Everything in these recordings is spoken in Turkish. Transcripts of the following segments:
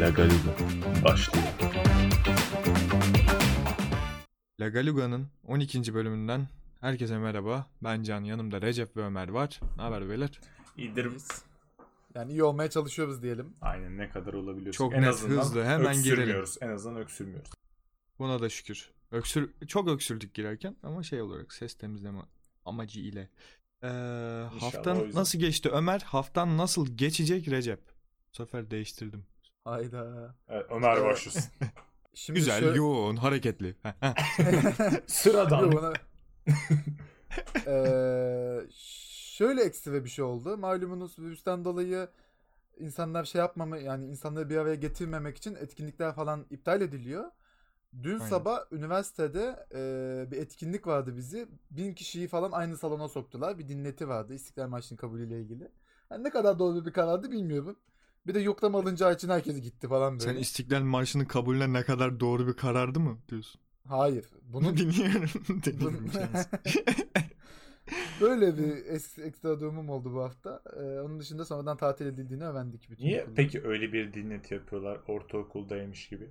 Lagaliga başlıyor. La Galuga'nın 12. bölümünden herkese merhaba. Ben Can, yanımda Recep ve Ömer var. Ne haber beyler? İyidir biz. Yani iyi olmaya çalışıyoruz diyelim. Aynen ne kadar olabiliyoruz. Çok net, hızlı, hemen öksürmüyoruz. En azından öksürmüyoruz. Buna da şükür. Öksür, çok öksürdük girerken ama şey olarak ses temizleme amacı ile. Ee, o haftan yüzden. nasıl geçti Ömer? Haftan nasıl geçecek Recep? Bu sefer değiştirdim. Hayda. Evet, Ömer başlıyorsun. Şimdi Güzel, şöyle- yoğun, hareketli. Sıradan. Yoğun- Eee, şöyle eksi ve bir şey oldu. Malumunuz virüsten dolayı insanlar şey yapmama yani insanları bir araya getirmemek için etkinlikler falan iptal ediliyor. Dün Aynen. sabah üniversitede eee, bir etkinlik vardı bizi. Bin kişiyi falan aynı salona soktular. Bir dinleti vardı İstiklal Marşı'nın kabulüyle ilgili. Yani ne kadar doğru bir karardı bilmiyorum. Bir de yoklama alınacağı için herkes gitti falan böyle. Sen İstiklal Marşı'nın kabulüne ne kadar doğru bir karardı mı diyorsun? Hayır. Bunun Bunu dinliyorum. Dinliyorum Bunun- kendisi. Böyle bir es- ekstra durumum oldu bu hafta. Ee, onun dışında sonradan tatil edildiğini öğrendik. Bütün Niye okulda. peki öyle bir dinleti yapıyorlar ortaokuldaymış gibi?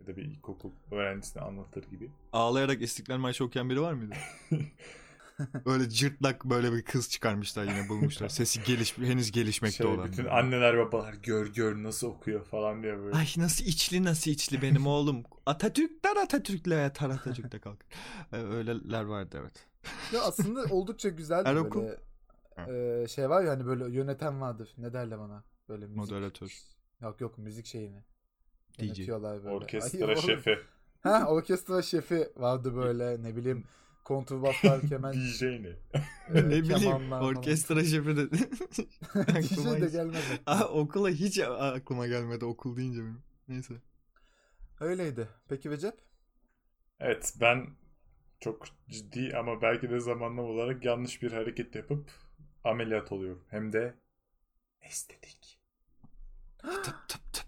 Ya da bir ilkokul öğrencisine anlatır gibi. Ağlayarak İstiklal Marşı okuyan biri var mıydı? böyle cırtlak böyle bir kız çıkarmışlar yine bulmuşlar. Sesi geliş, henüz gelişmekte Şey, olan. bütün anneler babalar gör gör nasıl okuyor falan diye böyle. Ay nasıl içli nasıl içli benim oğlum. Atatürk'ten Atatürk'le yatar Atatürk'te kalk. Ee, Öyleler vardı evet. Ya aslında oldukça güzel Her böyle okul- e, şey var ya hani böyle yöneten vardır. Ne derler bana? Böyle müzik. Moderatör. Yok yok müzik şeyini. DJ. Yönetiyorlar böyle. Orkestra Ay, oğlum. şefi. Ha orkestra şefi vardı böyle ne bileyim kontrbaslar, kemen, DJ ne? e, ne bileyim kemanlar falan. orkestra şefi de. DJ aklıma de hiç, gelmez. Aa, okula hiç aklıma gelmedi okul deyince benim. Neyse. Öyleydi. Peki Recep? Evet ben çok ciddi ama belki de zamanlama olarak yanlış bir hareket yapıp ameliyat oluyorum. Hem de estetik. Tıp tıp tıp.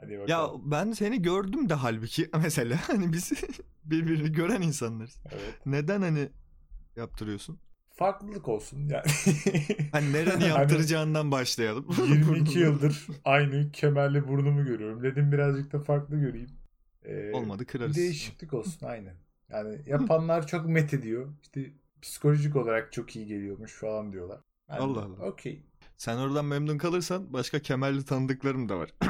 Hadi bakalım. Ya ben seni gördüm de halbuki mesela hani biz birbirini gören insanlarız. Evet. Neden hani yaptırıyorsun? Farklılık olsun yani. Hani nereni Hani- yaptıracağından başlayalım. 22 yıldır aynı kemerli burnumu görüyorum. Dedim birazcık da farklı göreyim. Ee, Olmadı bir kırarız. değişiklik olsun aynı. Yani yapanlar çok met ediyor. İşte psikolojik olarak çok iyi geliyormuş falan diyorlar. Ben de, Allah Allah. Okey. Sen oradan memnun kalırsan başka kemerli tanıdıklarım da var.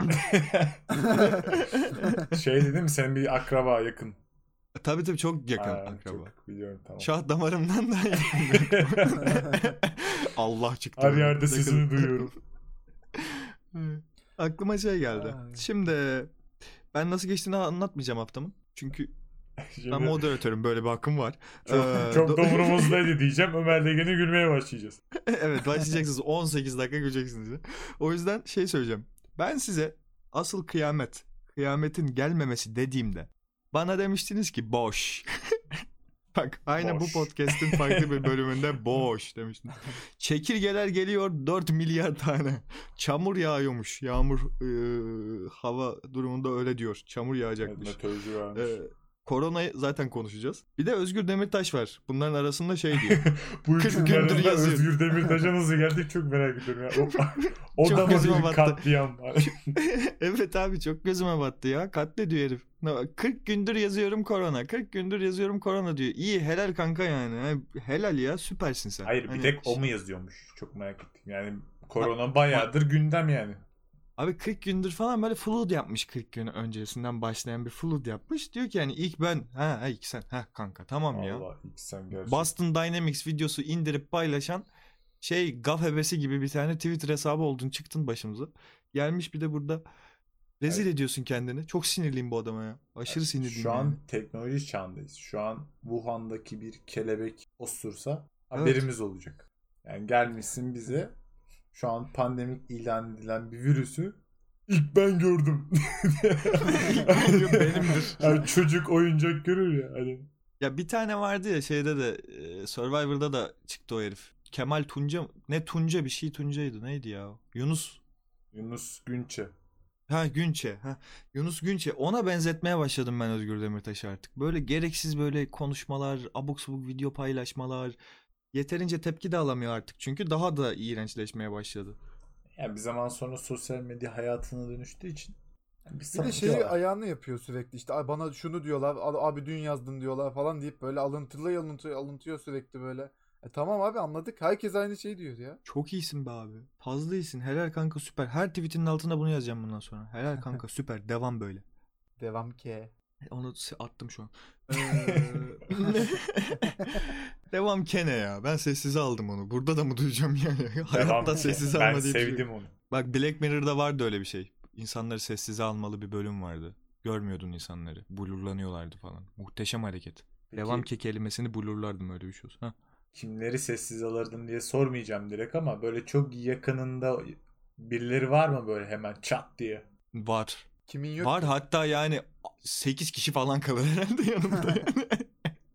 şey dedim sen bir akraba yakın. tabii tabii çok yakın Ha, akraba. Çok biliyorum tamam. Şah damarımdan da yakın. Allah çıktı. Her böyle. yerde sesini Yakın. duyuyorum. Hı. Aklıma şey geldi. Ay. Şimdi ben nasıl geçtiğini anlatmayacağım haftamın. Çünkü Şimdi ben moderatörüm böyle bir hakkım var. çok, Ee, çok do- doğrumuzdaydı diyeceğim. Ömer de gene gülmeye başlayacağız. evet başlayacaksınız 18 dakika göreceksiniz. O yüzden şey söyleyeceğim. Ben size asıl kıyamet, kıyametin gelmemesi dediğimde bana demiştiniz ki boş. Bak aynı Boş. bu podcast'in farklı bir bölümünde boş demiştiniz. Çekirgeler geliyor 4 milyar tane. Çamur yağıyormuş. Yağmur eee, hava durumunda öyle diyor. Çamur yağacakmış. Meteoroloji varmış. Eee koronayı zaten konuşacağız. Bir de Özgür Demirtaş var. Bunların arasında şey diyor. Bu Kırk üçünün gündür arasında yazıyor. Özgür Demirtaş'a nasıl geldik çok merak ediyorum ya. O, o Çok da gözüme mı bir battı. katliam? evet abi çok gözüme battı ya. Katlediyor herif. Ne- 40 gündür yazıyorum korona. 40 gündür yazıyorum korona diyor. İyi helal kanka yani. Ha, Helal ya süpersin sen. Hayır bir Hani tek o şi- mu yazıyormuş? Çok merak ettim. Yani korona bayağıdır gündem yani. Abi 40 gündür falan böyle flood yapmış 40 gün öncesinden başlayan bir flood yapmış. Diyor ki yani ilk ben ha, ha ilk sen ha kanka tamam ya. Allah ilk sen gerçekten. Boston Dynamics videosu indirip paylaşan şey gaf hebesi gibi bir tane Twitter hesabı oldun çıktın başımıza. Gelmiş bir de burada rezil ediyorsun kendini. Çok sinirliyim bu adama ya. Aşırı sinirliyim. Şu yani. an teknoloji çağındayız. Şu an Wuhan'daki bir kelebek osursa Evet. haberimiz olacak. Yani gelmişsin bize şu an pandemik ilan edilen bir virüsü ilk ben gördüm. ben gördüm, benimdir. Yani çocuk oyuncak görür ya. Hani Ya bir tane vardı ya şeyde de e, Survivor'da da çıktı o herif. Kemal Tunca mı? ne Tunca bir şey Tunca'ydı neydi ya? o? Yunus Yunus Günçe. ha Günçe ha Yunus Günçe ona benzetmeye başladım ben Özgür Demirtaş'ı artık. Böyle gereksiz böyle konuşmalar, abuk subuk video paylaşmalar. Yeterince tepki de alamıyor artık çünkü daha da iğrençleşmeye başladı. Yani bir zaman sonra sosyal medya hayatına dönüştüğü için Bir şey de şeyi ayağını yapıyor sürekli işte "Ay bana şunu diyorlar "Al- abi dün yazdın diyorlar falan deyip böyle alıntılı alıntıyor, alıntıyor sürekli böyle. E tamam abi anladık. Herkes aynı şeyi diyor ya. Çok iyisin be abi. Fazla iyisin. Helal kanka süper. Her tweetinin altına bunu yazacağım bundan sonra. Helal kanka süper. Devam böyle. Devam ki. Onu s- attım şu an. Devam kene ya. Ben sessize aldım onu. Burada da mı duyacağım yani? Hayatta sessize Ben alma diye bir şey yok. sevdim onu. Bak Black Mirror'da vardı öyle bir şey. İnsanları sessize almalı bir bölüm vardı. Görmüyordun insanları. Blurlanıyorlardı falan. Muhteşem hareket. Peki, Devam ki kelimesini blurlardım öyle bir şey olsa. Ha. Kimleri sessiz alırdın diye sormayacağım direkt ama böyle çok yakınında birileri var mı böyle hemen çat diye? Var. Kimin yok? Var ki? hatta yani 8 kişi falan kalır herhalde yanımda yani.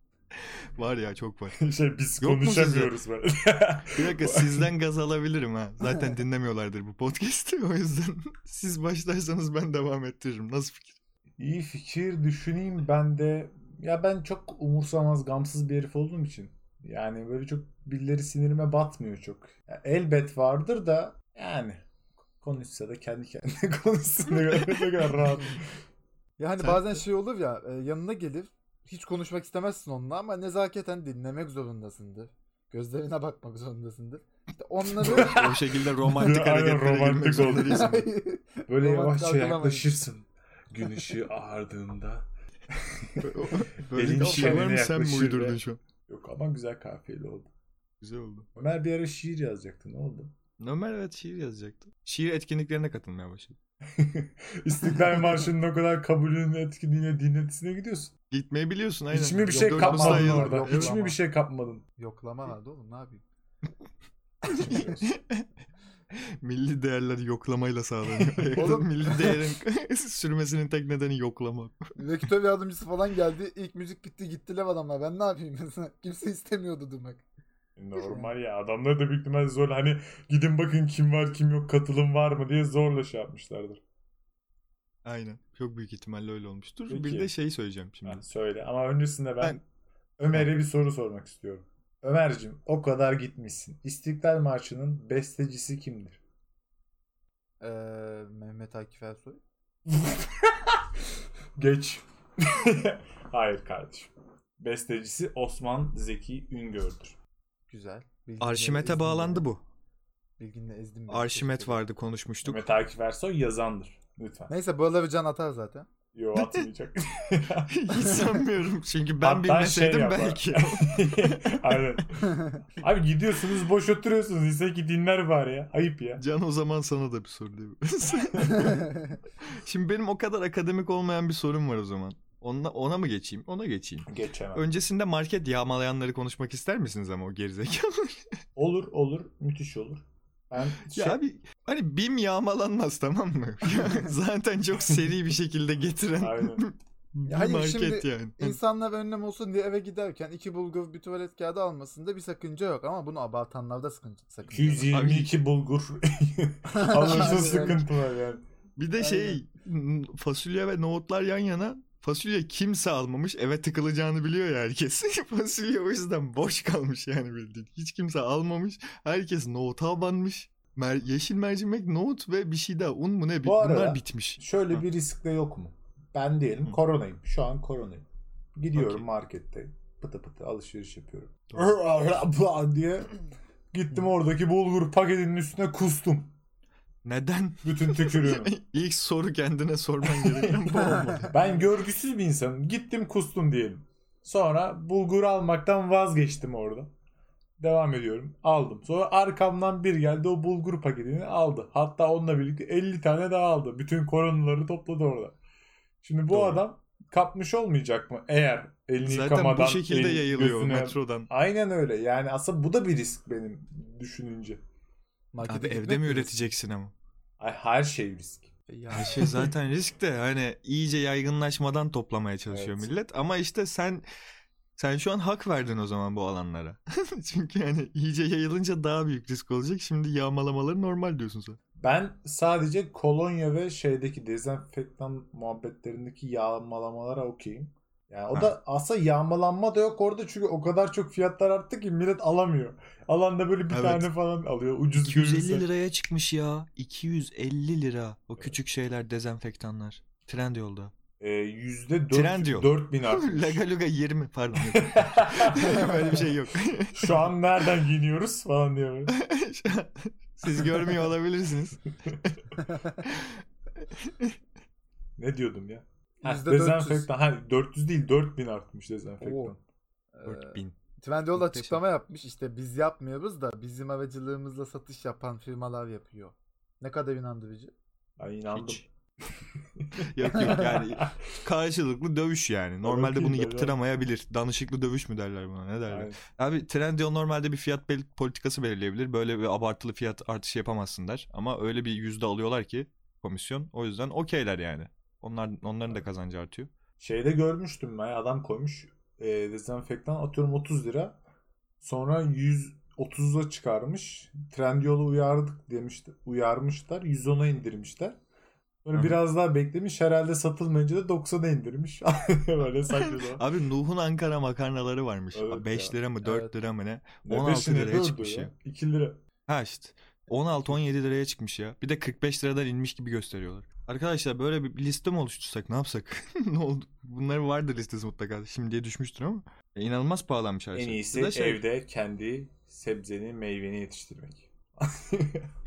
var ya çok var. şey biz Yok mu sizde? konuşamıyoruz böyle. Bir dakika sizden gaz alabilirim ha. Zaten dinlemiyorlardır bu podcast'i o yüzden siz başlarsanız ben devam ettiririm. Nasıl fikir? İyi fikir düşüneyim ben de. Ya ben çok umursamaz, gamsız bir herif olduğum için. Yani böyle çok birileri sinirime batmıyor çok. Ya elbet vardır da yani konuşsa da kendi kendine konuşsun ne kadar, ne kadar rahat. Ya hani Sen- bazen şey olur ya e, yanına gelir hiç konuşmak istemezsin onunla ama nezaketen dinlemek zorundasındır. Gözlerine bakmak zorundasındır. İşte onları O şekilde romantik Aynen, hareketlere girmek romantik oldu. zorunda değilsin. Böyle Romantik yavaşça algılamayın. yaklaşırsın. Gün ışığı ağardığında. Böyle Elin laflar mı şiirine sen mi yaklaşır uydurdun be. şu an? Yok ama güzel kafiyeli oldu. Güzel oldu. Ömer bir ara şiir yazacaktı ne oldu? Ömer evet şiir yazacaktı. Şiir etkinliklerine katılmaya başladı. İstiklal Marşı'nın o kadar kabulünün etkinliğine dinletisine gidiyorsun. Gitmeyi biliyorsun aynen. Hiç mi bir Yok, şey dört kapmadın sayılır, orada? yok Hiç mi ama. bir şey kapmadın? yoklama vardı oğlum ne yapayım. milli değerler yoklamayla sağlanıyor. Ayakta Oğlum. milli değerin sürmesinin tek nedeni yoklama. Rektör yardımcısı falan geldi. İlk müzik bitti gitti lev adamlar. Ben ne yapayım mesela? Kimse istemiyordu durmak. Normal ya. Adamları da büyük ihtimalle zorla hani gidin bakın kim var kim yok katılım var mı diye zorla şey yapmışlardır. Aynen. Çok büyük ihtimalle öyle olmuştur. Peki. Bir de şey söyleyeceğim şimdi. Ha, söyle ama öncesinde ben, Ben- Ömer'e bir soru sormak istiyorum. Ömer'cim o kadar gitmişsin. İstiklal Marşı'nın bestecisi kimdir? Ee, Mehmet Akif Ersoy. Geç. Hayır kardeşim. Bestecisi Osman Zeki Üngör'dür. Güzel. Bilginle Arşimet'e ezdim Ee, bağlandı beni. bu. Bilginle ezdim. beni. Arşimet Teşekkür ederim. vardı konuşmuştuk. Mehmet Akif Ersoy yazandır. Lütfen. Neyse buraları can atar zaten. Yo atmayacak. Hiç sanmıyorum. Çünkü ben Hatta bilmeseydim şey yapar. belki. Aynen. Abi gidiyorsunuz boş oturuyorsunuz. İse ki dinler bari ya. Ayıp ya. Can o zaman sana da bir soru diyebiliriz. Şimdi benim o kadar akademik olmayan bir sorum var o zaman. Ona, ona mı geçeyim? Ona geçeyim. Geçemem. Öncesinde market yağmalayanları konuşmak ister misiniz ama o gerizekalı? Olur olur. Müthiş olur. Ben şey, ya abi hani BİM yağmalanmaz tamam mı? Zaten çok seri bir şekilde getiren Aynen. bir hayır, market şimdi yani. İnsanlar önlem olsun diye eve giderken iki bulgur bir tuvalet kağıdı almasında bir sakınca yok. Ama bunu abartanlarda sakınca, sakınca var. 222 bulgur. Alırsa Aynen. sıkıntı var yani. Bir de şey n- fasulye ve nohutlar yan yana fasulye kimse almamış eve tıkılacağını biliyor ya herkes. fasulye o yüzden boş kalmış yani bildiğin. Hiç kimse almamış. Herkes nohuta banmış. Mer- yeşil mercimek, nohut ve bir şey daha un mu ne? bi- Bu arada- Bunlar bitmiş. Şöyle Hı. bir risk de yok mu? Ben diyelim Hı. koronayım. Şu an koronayım. Gidiyorum Okey. markette. Pıtı pıtı alışveriş yapıyorum. Doğru. diye gittim oradaki bulgur paketinin üstüne kustum. Neden? Bütün tükürüğümü. İlk soru kendine sorman gereken bu olmadı. Ben görgüsüz bir insanım. Gittim kustum diyelim. Sonra bulgur almaktan vazgeçtim orada. Devam ediyorum. Aldım. Sonra arkamdan bir geldi o bulgur paketini aldı. Hatta onunla birlikte 50 tane daha aldı. Bütün koronaları topladı orada. Şimdi bu Doğru. adam kapmış olmayacak mı? Eğer elini Zaten yıkamadan bu şekilde elini yayılıyor gözüne- metrodan. Aynen öyle. Yani aslında bu da bir risk benim düşününce. Markete Abi gitmek evde mi de- üreteceksin ama? Ay, her şey risk. Ya, Her şey zaten risk de hani iyice yaygınlaşmadan toplamaya çalışıyor Evet. millet ama işte sen sen şu an hak verdin o zaman bu alanlara. Çünkü hani iyice yayılınca daha büyük risk olacak. Şimdi yağmalamaları normal diyorsun sen. Ben sadece kolonya ve şeydeki dezenfektan muhabbetlerindeki yağmalamalara okuyayım. Yani o Ha. da aslında yağmalanma da yok orada çünkü o kadar çok fiyatlar arttı ki millet alamıyor. Alanda böyle bir Evet. tane falan alıyor ucuz 250 görürse. liraya çıkmış ya. 250 lira. O küçük şeyler dezenfektanlar. Trend yolda. Ee, yüzde Trend yol. 4, 4000 artmış. Lagaluga 20 pardon. Böyle bir şey yok. Şu an nereden giyiniyoruz falan diye böyle. Siz Ee, görmüyor olabilirsiniz. Ne diyordum ya? Ha, Yüzde 400. dezenfektan. Ha, 400 değil 4000 artmış dezenfektan. Oo. Ee, 4000. Trendyol Muhteşem. açıklama yapmış işte biz yapmıyoruz da bizim aracılığımızla satış yapan firmalar yapıyor. Ne kadar inandırıcı. Ay inandım. Hiç. yok yok yani karşılıklı dövüş yani. Normalde Bakayım bunu ben ya. yaptıramayabilir. Danışıklı dövüş mü derler buna ne derler? Aynen. Abi Trendyol normalde bir fiyat bel- politikası belirleyebilir. Böyle bir abartılı fiyat artışı yapamazsın der. Ama öyle bir yüzde alıyorlar ki komisyon. O yüzden okeyler yani. Onlar, onların da kazancı artıyor. Şeyde görmüştüm ben adam koymuş e, dezenfektan atıyorum 30 lira. Sonra 130'a çıkarmış. Trendyol'u uyardık demişti. Uyarmışlar. 110'a indirmişler. Böyle Hı hı. biraz daha beklemiş. Herhalde satılmayınca da 90'a indirmiş. Böyle saçma sapan. Abi Nuh'un Ankara makarnaları varmış. Evet 5 ya. lira mı 4 Evet. lira mı ne? Ne 16 beşine liraya dördü çıkmış ya. 2 lira. Ha işte 16-17 liraya çıkmış ya. Bir de 45 liradan inmiş gibi gösteriyorlar. Arkadaşlar böyle bir liste mi oluştursak ne yapsak? ne oldu? Bunların vardır listesi mutlaka. Şimdiye düşmüştür ama. E, inanılmaz pahalanmış her şey. En Bir de iyisi şey- evde kendi sebzeni, meyveni yetiştirmek.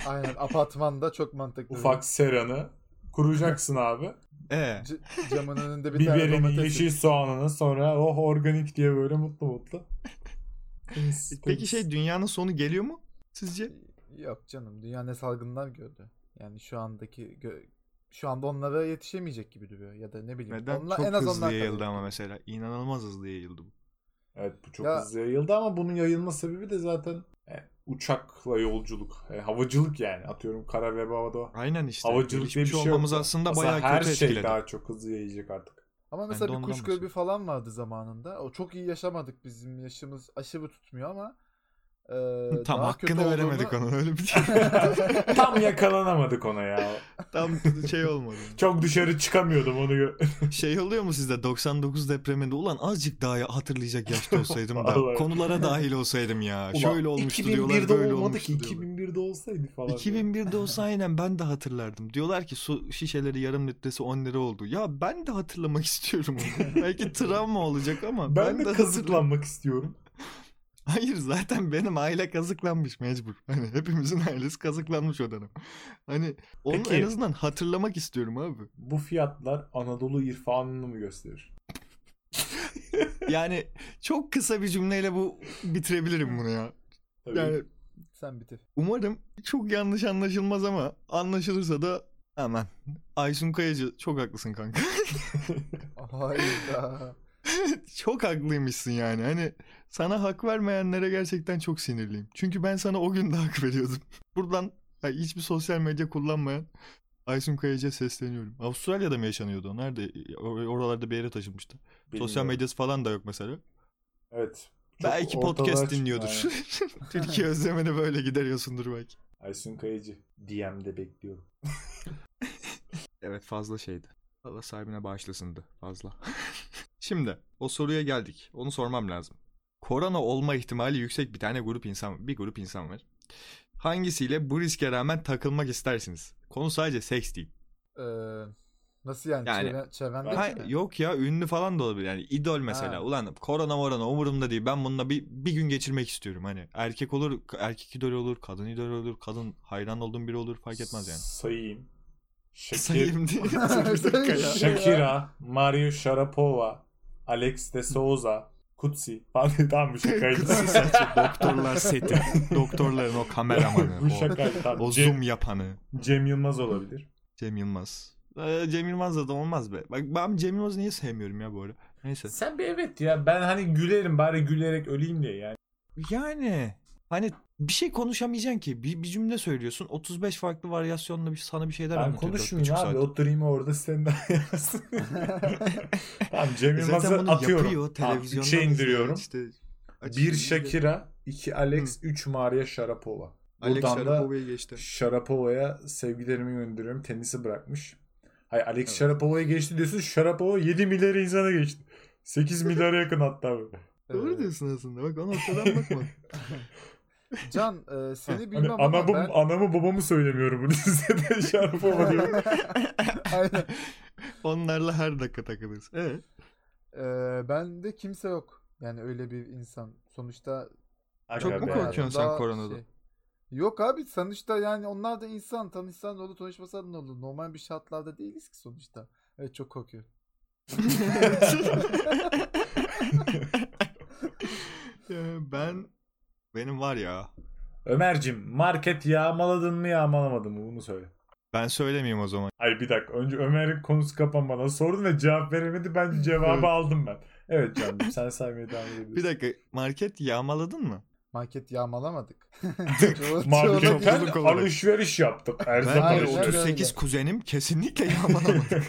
Aynen apartmanda çok mantıklı. Ufak seranı kuracaksın abi. E. C- camın önünde bir tane Biberini, domates. yeşil soğanını sonra oh organik diye böyle mutlu mutlu. Temiz, Peki temiz. şey dünyanın sonu geliyor mu sizce? Yok canım dünya ne salgınlar gördü. Yani şu andaki gö- şu anda onlara yetişemeyecek gibi duruyor ya da ne bileyim. Neden? Onlar çok en az hızlı ondan yayıldı kalıyor. ama mesela. İnanılmaz hızlı yayıldı bu. Evet bu çok Ya- hızlı yayıldı ama bunun yayılma sebebi de zaten e, uçakla yolculuk, e, havacılık yani atıyorum kara ve havada. Aynen işte. Havacılık diye bir Gelişmiş şey olmamız yok. aslında Aslında bayağı her kötü şey etkiledi. daha çok hızlı yayılacak artık. Ama de mesela bir ondan kuş bahsediyorum. gribi falan vardı zamanında. O çok iyi yaşamadık bizim yaşımız aşırı tutmuyor ama e, Tam daha kötü hakkını veremedik olduğunu- ona öyle bir şey. Tam yakalanamadık ona ya. Tam şey olmadı. Çok dışarı çıkamıyordum onu. gö- Şey oluyor mu sizde 99 depreminde ulan azıcık daha ya- hatırlayacak yaşta olsaydım da Vallahi. konulara dahil olsaydım ya. Ulan, Şöyle olmuştu 2001'de diyorlar böyle olmadı ki olmuştu diyorlar. 2001'de olsaydı falan. diyor. 2001'de olsa aynen ben de hatırlardım. Diyorlar ki su şişeleri yarım litresi 10 lira oldu. Ya ben de hatırlamak istiyorum. onu. Belki travma olacak ama Ben, de hatırlam- kazıklanmak istiyorum. Hayır zaten benim aile kazıklanmış mecbur. Hani hepimizin ailesi kazıklanmış o dönem. Hani onu Peki. en azından hatırlamak istiyorum abi. Bu fiyatlar Anadolu irfanını mı gösterir? Yani çok kısa bir cümleyle bu bitirebilirim bunu ya. Tabii. Yani Sen bitir. Umarım çok yanlış anlaşılmaz ama anlaşılırsa da hemen. Aysun Kayacı çok haklısın kanka. Hayda. çok haklıymışsın yani. Hani sana hak vermeyenlere gerçekten çok sinirliyim. Çünkü ben sana o gün de hak veriyordum. Buradan ya hiçbir sosyal medya kullanmayan Aysun Kayacı'ya sesleniyorum. Avustralya'da mı yaşanıyordu? o? Nerede? Or- Oralarda bir yere taşınmıştı. Bilmiyorum. Sosyal medyası falan da yok mesela. Evet. Çok belki ortalığa podcast çıkma dinliyordur. yani. Türkiye özlemini böyle gideriyorsundur belki. Aysun Kayıcı. DM'de bekliyorum. Evet fazla şeydi. Allah sahibine bağışlasındı fazla. Şimdi o soruya geldik. Onu sormam lazım. Korona olma ihtimali yüksek bir tane grup insan, bir grup insan var. Hangisiyle bu riske rağmen takılmak istersiniz? Konu sadece seks değil. Ee, nasıl yani? Yani- Çevren, çevrendeki Ha, mi? yok ya ünlü falan da olabilir. Yani idol mesela. Ha. Ulan korona morona umurumda değil. Ben bununla bir, bir gün geçirmek istiyorum. Hani erkek olur, erkek idol olur, kadın idol olur, kadın hayran olduğum biri olur fark etmez yani. Sayayım. Şakir, Sayayım diye. Dur bir dakika ya. Shakira, Mario Sharapova, Alex de Souza, Kutsi falan tamam bu şakaydı. Kıtsız saçı doktorlar seti. Doktorların o kameramanı. bu o, şakaydı. Tamam, o Cem, zoom yapanı. Cem Yılmaz olabilir. Cem Yılmaz. Ee, Cem Yılmaz'la da olmaz be. Bak ben Cem Yılmaz'ı niye sevmiyorum ya bu ara. Neyse. Sen bir evet ya. Ben hani gülerim bari gülerek öleyim diye yani. Yani hani bir şey konuşamayacaksın ki. Bir, bir cümle söylüyorsun. 35 farklı varyasyonla bir, sana bir şeyler Ben anlatıyor. dört konuşmayayım buçuk abi. saat. Oturayım orada sen de ayarlasın. tamam Cem E Yılmaz'ı Zaten bunu atıyorum. yapıyor. Tamam, Televizyondan üçe izliyor, indiriyorum. işte aç- Bir Shakira, iki Alex, üç Maria Sharapova. Alex Buradan da Sharapova'yı geçti. Sharapova'ya sevgilerimi gönderiyorum. Tenisi bırakmış. Hayır Alex Evet. Sharapova'ya geçti diyorsun. Sharapova 7 milyar insana geçti. 8 milyara yakın hatta. Hani böyle. Doğru Ee, diyorsun aslında. Bak o noktadan bakma. Can e, seni Hani bilmem ama anamı, ben... anamı babamı söylemiyorum bu dizide. Şarap baba diyor. Aynen. Onlarla her dakika takılırsın. Evet. Ee, bende kimse yok. Yani öyle bir insan. Sonuçta Çok Aga mu be. korkuyorsun? sen Daha şey koronadan? Yok abi sonuçta yani onlar da insan. Tanışsan ne olur tanışmasan ne olur. Normal bir şartlarda değiliz ki sonuçta. Evet çok korkuyorum. Ya ben benim var ya. Ömer'cim market yağmaladın mı yağmalamadın mı bunu söyle. Ben söylemeyeyim o zaman. Hayır bir dakika önce Ömer'in konusu kapanmadan sordun ve cevap veremedi bence Evet. cevabı aldım ben. Evet canım sen saymaya devam edebilirsin. Bir dakika market yağmaladın mı? Market yağmalamadık. Market- Marketten Çoğunluk olarak. alışveriş yaptık. Erzak Ben Hayır, böyle hayır, alışverişi. 38 öyle. kuzenim kesinlikle yağmalamadık.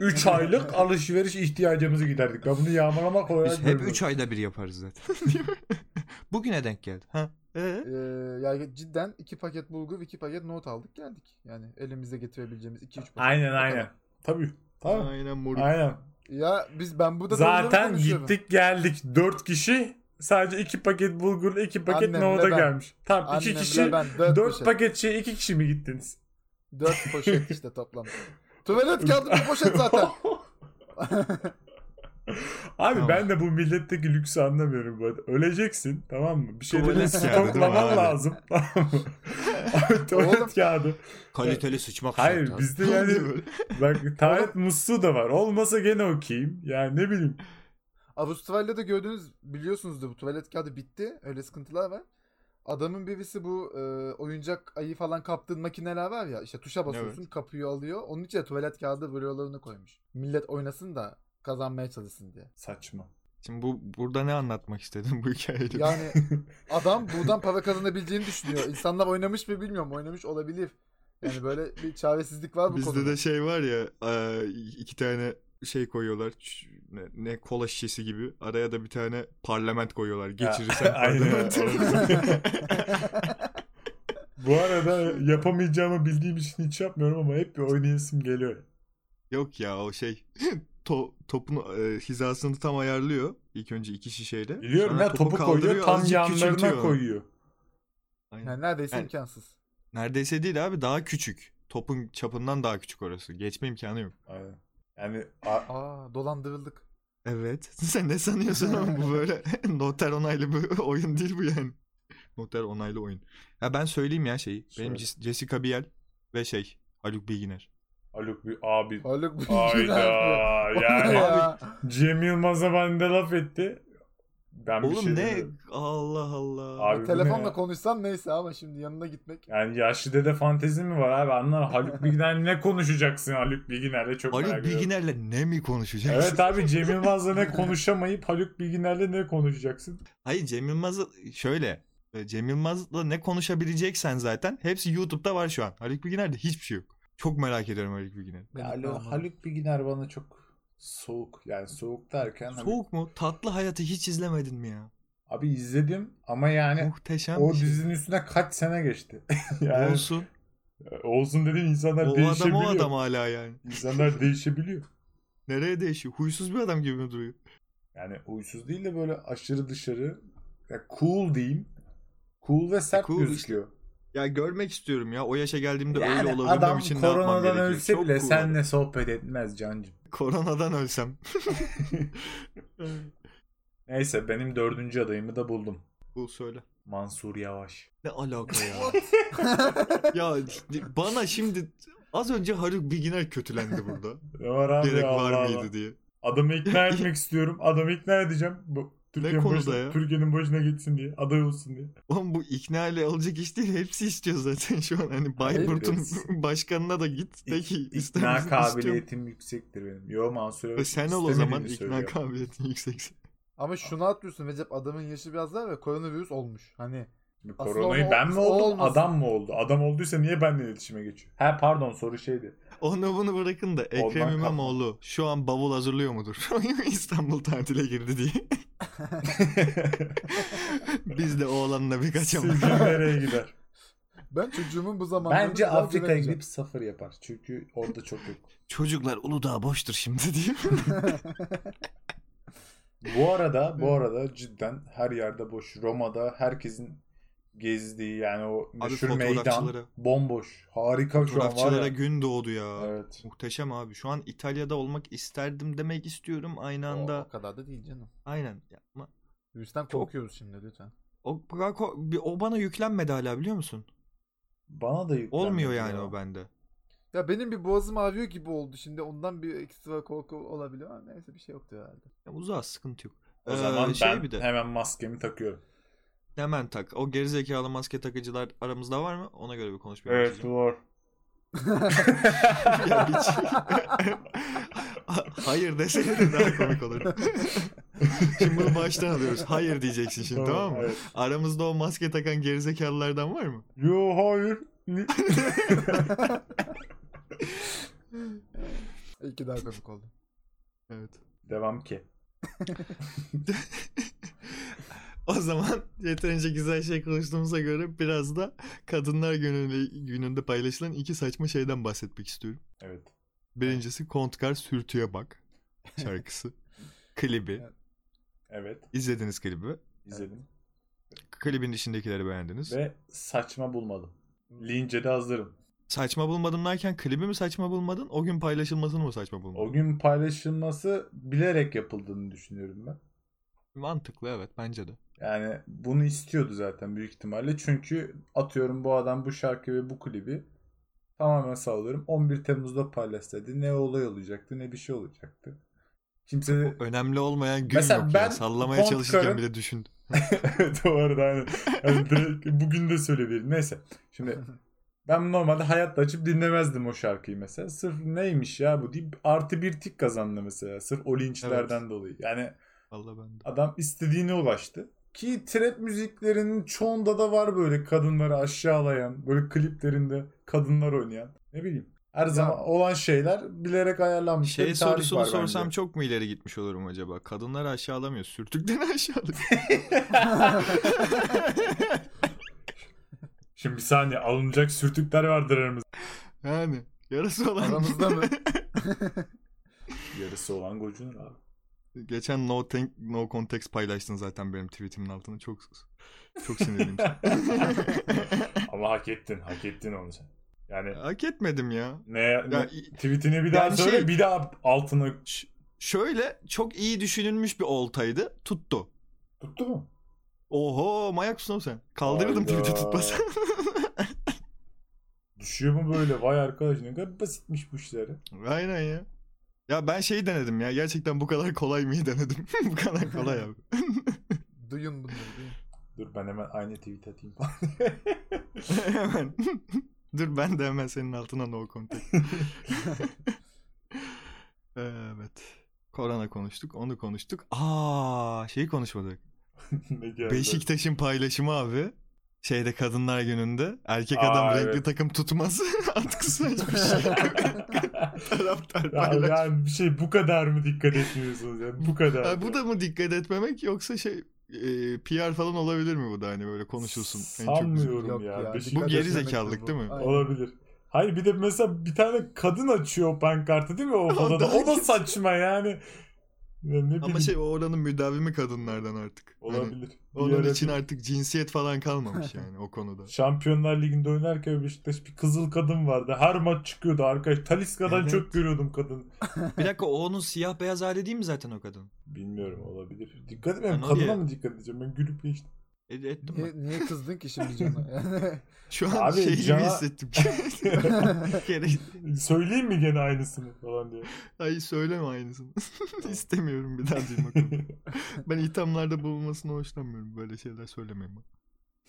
3 aylık alışveriş ihtiyacımızı giderdik. Ben bunu yağmalamak olarak Biz hep görmüyorum. 3 ayda bir yaparız zaten. Bugüne denk geldi. Ha? Ee? Ee, yani cidden iki paket bulgur, iki paket nohut aldık geldik. Yani elimizde getirebileceğimiz iki üç paket. Aynen aynen. Tabii. Tamam. Aynen moruk. Aynen. Ya biz ben burada Zaten gittik geldik 4 kişi sadece 2 paket bulgurla 2 paket Annemle nohuda ben. gelmiş. Tamam 2 İki kişi ben 4 dört, poşet. paket şey 2 kişi mi gittiniz? Dört poşet işte toplam. Tuvalet kağıdı bir poşet zaten. Abi Tamam. ben de bu milletteki lüksü anlamıyorum bu arada. Öleceksin tamam mı? Bir şeyleri Tuvalet kağıdı değil mi abi? stoklaman lazım. Tamam mı? Abi Oğlum. tuvalet kağıdı. Kaliteli sıçmak Hayır, şartı. bizde yani- Bak tuvalet musluğu da var. Olmasa gene okuyayım. Yani ne bileyim. Avustralya'da gördünüz biliyorsunuzdur bu tuvalet kağıdı bitti. Öyle sıkıntılar var. Adamın birisi bu e, oyuncak ayı falan kaptığın makineler var ya işte tuşa basıyorsun kapıyı alıyor. Onun için tuvalet kağıdı bloğlarını koymuş. Millet oynasın da kazanmaya çalışsın diye. Saçma. Şimdi bu burada ne anlatmak istedim bu hikayeyle? Yani adam buradan para kazanabileceğini düşünüyor. İnsanlar oynamış mı bilmiyorum. Oynamış olabilir. Yani böyle bir çaresizlik var bu Bizde konuda. de şey var ya e, iki tane şey koyuyorlar ç- ne, ne kola şişesi gibi araya da bir tane parlament koyuyorlar geçirirsen Aynen. parlament. Bu arada yapamayacağımı bildiğim için hiç yapmıyorum ama hep bir oynayasım geliyor. Yok ya o şey to- topun e, hizasını tam ayarlıyor ilk önce iki şişeyle. Biliyorum Sonra ya topu koyuyor kaldırıyor, tam azıcık küçültüyor yanlarına onu. koyuyor. Aynen. Yani neredeyse Yani- imkansız. Neredeyse değil abi daha küçük. Topun çapından daha küçük orası. Geçme imkanı yok. Aynen. Yani a- Aa dolandırıldık. Evet. Sen ne sanıyorsun oğlum bu böyle noter onaylı bir oyun değil bu yani. Noter onaylı oyun. Ya ben söyleyeyim ya şeyi. Söyle. Benim Jess- Jessica Biel ve şey Haluk Bilginer. Haluk bir abi. Haluk bu Ayda yani ya. Cem Yılmaz'a ben de laf etti. Ben bir şey Oğlum ne? demiyorum. Allah Allah. Abi bu ne Telefonla ya? konuşsam neyse ama şimdi yanına gitmek. Yani yaşlı dede fantezi mi var abi? Anlar Haluk Bilginer'le ne konuşacaksın Haluk Bilginer'le çok merak Haluk ediyorum. Bilginer'le ne mi konuşacaksın? Evet abi Cem Yılmaz'la ne konuşamayıp Haluk Bilginer'le ne konuşacaksın? Hayır Cem Yılmaz'ı şöyle. e, Cem Yılmaz'la ne konuşabileceksen zaten hepsi YouTube'da var şu an. Haluk Bilginer'de hiçbir şey yok. Çok merak ediyorum Haluk Bilginer'i. Ben Alo, ikna olmadım. Haluk Bilginer bana çok soğuk. Yani soğuk derken hani- Soğuk mu? Tatlı Hayatı hiç izlemedin mi ya? abi izledim ama yani Muhteşem o bir şey. dizinin üstüne kaç sene geçti. yani olsun, Olsun. dediğin insanlar O adam değişebiliyor. o adam hala yani. İnsanlar değişebiliyor. Nereye değişiyor? Huysuz bir adam gibi mi duruyor? Yani uysuz değil de böyle aşırı dışarı ya cool diyeyim. Cool ve sert E, cool gözüküyor. Ya görmek istiyorum ya. O yaşa geldiğimde öyle Yani olabilmem adam için ne yapmam gerekiyor? koronadan ölse Çok bile cool adam. senle sohbet etmez cancım. Koronadan ölsem. Neyse benim dördüncü adayımı da buldum. Bu söyle. Mansur Yavaş. Ne alaka ya? ya bana şimdi az önce Haluk Bilginer kötülendi burada. Ne var abi Gerek ya, Allah var Allah. mıydı diye. Adamı ikna etmek istiyorum. Adamı ikna edeceğim. Bu Türkiye'nin konuda başına, ya? Türkiye'nin başına gitsin diye. Aday olsun diye. Oğlum bu ikna ile olacak iş değil. Hepsi istiyor zaten şu an. Hani Bayburt'un Hayır. başkanına da git. De ki İk- ister ikna misin? İstiyorum. kabiliyetim yüksektir benim. Yo Mansur Yavaş. E, Sen ol o zaman istemediğini söylüyor. ikna kabiliyetin yüksekse. Ama şunu atlıyorsun Recep adamın yaşı biraz daha ve koronavirüs olmuş. Hani Şimdi Aslında Koronayı o- ben mi o oldum? olmasın. Adam mı oldu? Adam olduysa niye benimle iletişime geçiyor? He pardon soru şeydi. Onu bunu bırakın da Ekrem kalma. İmamoğlu şu an bavul hazırlıyor mudur? İstanbul tatile girdi diye. Biz de oğlanla bir kaçalım. Sizce nereye gider? ben çocuğumun bu zamanlarda Bence biraz Afrika'ya göremeyeceğim. hani gidip sıfır yapar. Çünkü orada çok yok. Çocuklar Uludağ boştur şimdi diye. Bu arada bu arada cidden her yerde boş. Roma'da herkesin gezdiği yani o meşhur fotoğrafçılara- meydan bomboş. Harika şu an var Fotoğrafçılara ya. gün doğdu ya. Evet. Muhteşem abi. Şu an İtalya'da olmak isterdim demek istiyorum aynı anda. O, o kadar da değil canım. Aynen. Yapma. Virüsten korkuyoruz şimdi lütfen. O, o- o bana yüklenmedi hala biliyor musun? Bana da yüklenmedi Olmuyor yani ya. o bende. Ya benim bir boğazım ağrıyor gibi oldu şimdi ondan bir ekstra korku olabilir ama neyse bir şey yoktu herhalde. Ya uzağız sıkıntı yok. O Ee, zaman şey ben bir de hemen maskemi takıyorum. hemen tak. O gerizekalı maske takıcılar aramızda var mı? Ona göre bir konuşmaya Evet başlayacağım. var. Ya hiç- Hayır desene de daha komik olur. şimdi bunu baştan alıyoruz. Hayır diyeceksin şimdi tamam, mı? Evet. Aramızda o maske takan gerizekalılardan var mı? Yo hayır. İki daha komik oldu. Evet. Devam ki. O zaman yeterince güzel şey konuştuğumuza göre biraz da kadınlar gününde, gününde paylaşılan iki saçma şeyden bahsetmek istiyorum. Evet. Birincisi Kontkar Sürtü'ye bak şarkısı. klibi. Evet. İzlediniz klibi. izledim Klibin içindekileri beğendiniz. Ve saçma bulmadım. Lince de hazırım. Saçma bulmadım derken klibi mi saçma bulmadın? O gün paylaşılmasını mı saçma bulmadın? O gün paylaşılması bilerek yapıldığını düşünüyorum ben. Mantıklı evet bence de. Yani bunu istiyordu zaten büyük ihtimalle. Çünkü atıyorum bu adam bu şarkı ve bu klibi tamamen sallıyorum. 11 Temmuz'da paylaşsaydı ne olay olacaktı ne bir şey olacaktı. Kimse de... Önemli olmayan gün Mesela yok ben ya. Sallamaya çalışırken Kontkar'ın- bile düşündüm. Evet, o arada hani, hani direkt bugün de söyleyebilirim. Neyse. Şimdi ben normalde hayatta açıp dinlemezdim o şarkıyı mesela. Sırf neymiş ya bu deyip artı bir tik kazandı mesela. Sırf o linçlerden dolayı. Yani Vallahi ben de. Adam istediğine ulaştı. Ki trap müziklerinin çoğunda da var böyle kadınları aşağılayan, böyle kliplerinde kadınlar oynayan. Ne bileyim. Her zaman olan şeyler bilerek ayarlanmış. da Şey bir tarih var sorusunu bence. sorsam çok mu ileri gitmiş olurum acaba? Kadınları aşağılamıyor. Sürtükten aşağılıyor. Şimdi bir saniye alınacak sürtükler vardır aramızda. yani yarası olan. Aramızda mı? Yarısı olan gocunur abi. Geçen no thank, no context paylaştın zaten benim tweetimin altına. Çok çok sinirliyim. Ama hak ettin. Hak ettin onu sen. Yani Hak etmedim ya. ne, ne Ya, i- tweetini bir daha Yani söyle şey- bir daha altına ş- şöyle çok iyi düşünülmüş bir oltaydı. Tuttu. tuttu mu? Oho mayak susun sen. Kaldırırdım Hayda. tweet'i tutmasa. Düşüyor mu böyle? Vay arkadaş ne kadar basitmiş bu işleri. Aynen ya. Ya ben şey denedim ya. Gerçekten bu kadar kolay mı denedim. bu kadar kolay abi. Duyun bunları duyun. Dur ben hemen aynı tweet atayım. hemen. Dur ben de hemen senin altına no contact. evet. Korona konuştuk, onu konuştuk. Aa, şeyi konuşmadık. ne geldi? Beşiktaş'ın paylaşımı abi. Şeyde kadınlar gününde erkek Aa, adam evet. renkli takım tutması artık saçma şey. Taraftar Ya, paylaş. yani bir şey bu kadar mı dikkat etmiyorsunuz yani bu kadar. Ha, bu da mı dikkat etmemek yoksa şey e, PR falan olabilir mi bu da hani böyle konuşulsun. En çok bizim- Sanmıyorum Yok ya. ya, Beşiktaş bu dikkat geri etmemek zekalık bu. değil mi? Aynen. olabilir. Hayır bir de mesela bir tane kadın açıyor o pankartı değil mi o fotoğrafta? daha o da kesin. saçma yani. Ya ne bileyim. Ama şey o oranın müdavimi kadınlardan artık. Hani- olabilir. Bir Onun ara için bir- artık cinsiyet falan kalmamış yani o konuda. Şampiyonlar Ligi'nde oynarken Beşiktaş bir kızıl kadın vardı. Her maç çıkıyordu arkadaş. Taliska'dan Evet. çok görüyordum kadını. Bir dakika o onun siyah beyaz hali değil mi zaten o kadın? Bilmiyorum olabilir. Dikkat Ben etmem. oraya- Kadına mı dikkat edeceğim? Ben gülüp geçtim. E, ettim ben. Niye, niye kızdın ki şimdi Can'a? Yani- Şu an Abi, şey gibi Cana- hissettim. Kere... Söyleyeyim mi gene aynısını falan diye. Ay söyleme aynısını. İstemiyorum bir daha duymak. onu. ben ithamlarda bulunmasını hoşlanmıyorum. Böyle şeyler söylemeyin bak.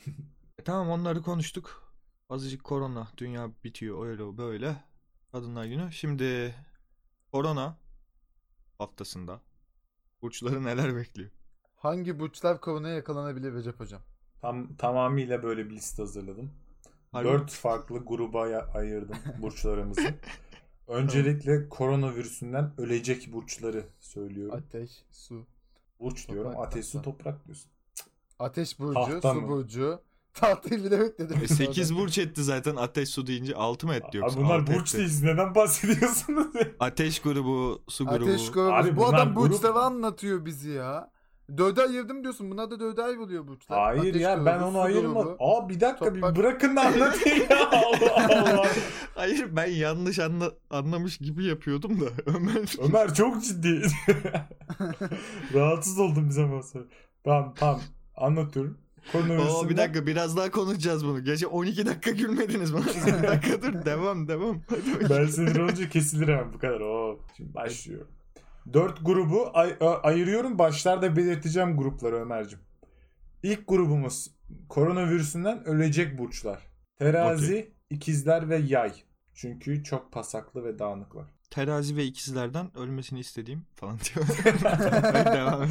E, tamam onları konuştuk. Azıcık korona. Dünya bitiyor öyle böyle. Kadınlar günü. Şimdi korona haftasında burçları neler bekliyor? Hangi burçlar koronaya yakalanabilir Recep hocam? Tam tamamıyla böyle bir liste hazırladım. Harbi Dört farklı gruba ya- ayırdım burçlarımızı. Öncelikle koronavirüsünden ölecek burçları söylüyorum. Ateş, su. Burç diyorum. toprak, Ateş su tahta. toprak diyorsun. Ateş burcu, Tahta su mı? burcu, Tahtayı bile bekledim. E 8 burç etti zaten ateş su deyince 6 mı etti Abi yoksa? bunlar Altı burç etti. değil. siz Neden bahsediyorsunuz? Ateş grubu, su grubu. Ateş Abi grubu. Bu bunlar adam grup- burçları anlatıyor bizi ya. Dörde ayırdım diyorsun. Bunlar da dörde ayrılıyor burçlar. Hayır Ateş ya grubu, ben su onu ayırmadım. grubu. Aa bir dakika bir Toprak- bırakın da anlatayım ya. Allah Allah. Hayır ben yanlış anla- anlamış gibi yapıyordum da Ömer. Ömer çok ciddi. Rahatsız oldum bize zaman sonra. Tamam tamam anlatıyorum. Koronavirüsünden... Oo, bir dakika biraz daha konuşacağız bunu. Gece 12 dakika gülmediniz bana. bir dakika dur devam devam. Hadi bakayım. Ben sinir olunca kesilir hemen bu kadar. Oo, şimdi başlıyor. Dört grubu ay- a- ayırıyorum. Başlarda belirteceğim grupları Ömer'cim. İlk grubumuz koronavirüsünden ölecek burçlar. Terazi, ikizler ve yay. Çünkü çok pasaklı ve dağınıklar. Terazi ve ikizlerden ölmesini istediğim falan diyor. Hadi devam et.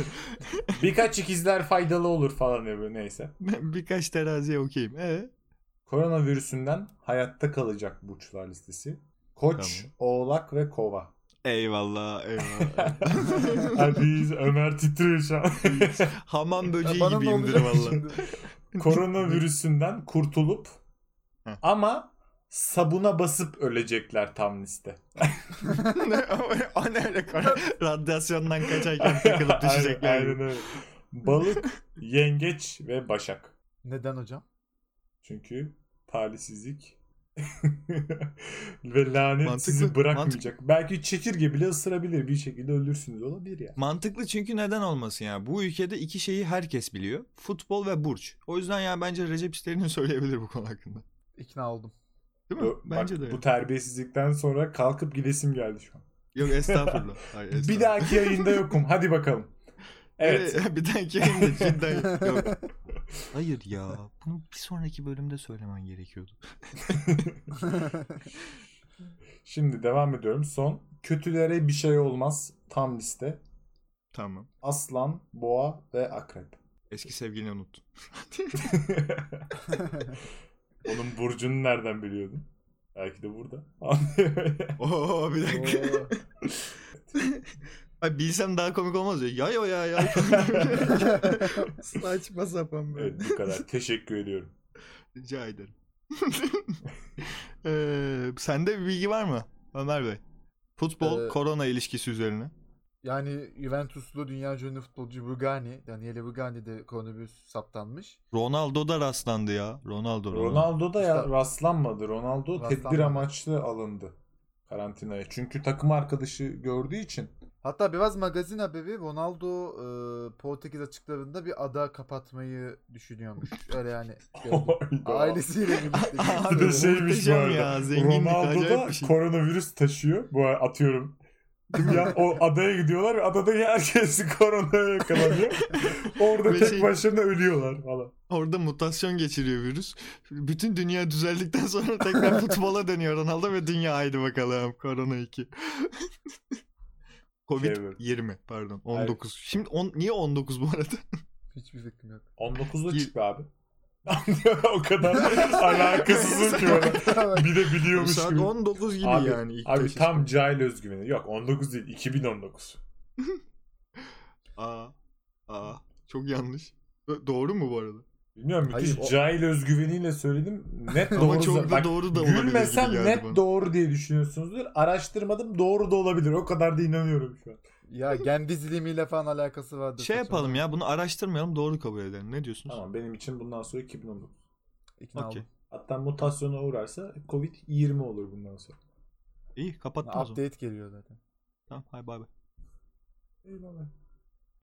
Birkaç ikizler faydalı olur falan diyor böyle, neyse. Ben birkaç teraziye okuyayım. Ee? Koronavirüsünden hayatta kalacak burçlar listesi. Koç, Tamam. Oğlak ve Kova. Eyvallah eyvallah. Hadi Ömer titriyor şu an. Hamam Ya böceği bana ne gibiyimdir olacak valla. şimdi? koronavirüsünden kurtulup Heh. ama sabuna basıp ölecekler tam liste. ne, o ne alaka? Radyasyondan kaçarken takılıp düşecekler. Aynen, aynen öyle. Balık, yengeç ve başak. Neden hocam? Çünkü talihsizlik ve lanet Mantıklı, sizi bırakmayacak. Belki çekirge bile ısırabilir. Bir şekilde ölürsünüz olabilir ya. Mantıklı çünkü neden olmasın ya? Bu ülkede iki şeyi herkes biliyor. Futbol ve burç. O yüzden yani bence Recep İster'in söyleyebilir bu konu hakkında. İkna oldum. Değil mi? Ö- bence bak, de. Bu terbiyesizlikten sonra kalkıp gidesim geldi şu an. Yok estağfurullah. Hayır, Bir estağfurullah. dahaki yayında yokum. Hadi bakalım. Evet. bir dahaki yayında cidden yok. Hayır ya. Bunu bir sonraki bölümde söylemen gerekiyordu. Şimdi devam ediyorum. Son. Kötülere bir şey olmaz. Tam liste. Tamam. Aslan, boğa ve akrep. Eski sevgilini unut. Onun burcunu nereden biliyordun? Belki de burada. Oo bir dakika. Oo. Ay, bilsem daha komik olmaz ya. Yay o ya ya. Saçma sapan evet bu kadar. Teşekkür ediyorum. Rica ederim. ee, sende bir bilgi var mı Ömer Bey? Futbol, Ee, korona ilişkisi üzerine. yani Juventuslu dünya ünlü futbolcu Bugani, Daniele Bugani de koronavirüs saptanmış. Ronaldo da rastlandı ya. Ronaldo. Ronaldo da ya İşte- rastlanmadı. Ronaldo tedbir Rastlanmadı. amaçlı alındı karantinaya. Çünkü takım arkadaşı gördüğü için Hatta biraz magazin haberi Ronaldo e, Portekiz açıklarında bir ada kapatmayı düşünüyormuş. Öyle yani. gördüm. Ailesiyle birlikte. Bir de Abi, şeymiş bu muhteşem arada. ya, zenginlik, Ronaldo acayip da bir şey. koronavirüs taşıyor. Bu ara atıyorum. Kim ya o adaya gidiyorlar ve adadaki herkes koronaya yakalanıyor. Orada Ve tek şey- başına ölüyorlar falan. Orada mutasyon geçiriyor virüs. Bütün dünya düzeldikten sonra tekrar futbola dönüyor Ronaldo ve dünya haydi bakalım. Korona 2. Covid Şey böyle. 20 pardon 19. Şimdi on, niye 19 bu arada? Hiçbir fikrim yok. 19'da Gir- çık be abi. o kadar alakasızım ki böyle. Bir de Bu biliyormuş saat gibi. 19 gibi Abi, yani. ilk abi teşhis. tam cahil özgüveni. Yok 19 değil 2019. Aa, aa, çok yanlış. Ö- Doğru mu bu arada? Bilmiyorum müthiş Hayır, o- cahil özgüveniyle söyledim. Net doğru. Ama çok da Bak, doğru da olabilir gibi Gülmesem geldi net bana. doğru diye düşünüyorsunuzdur. Araştırmadım doğru da olabilir. O kadar da inanıyorum şu an. Ya gen dizilimiyle falan alakası vardır. Şey saçma. yapalım ya bunu araştırmayalım doğru kabul edelim. Ne diyorsunuz? Tamam benim için bundan sonra 2019. İkna Okey. oldum. Hatta mutasyona uğrarsa Covid-20 olur bundan sonra. İyi kapattım o zaman. Update geliyor zaten. Tamam hay bay bay. Eyvallah.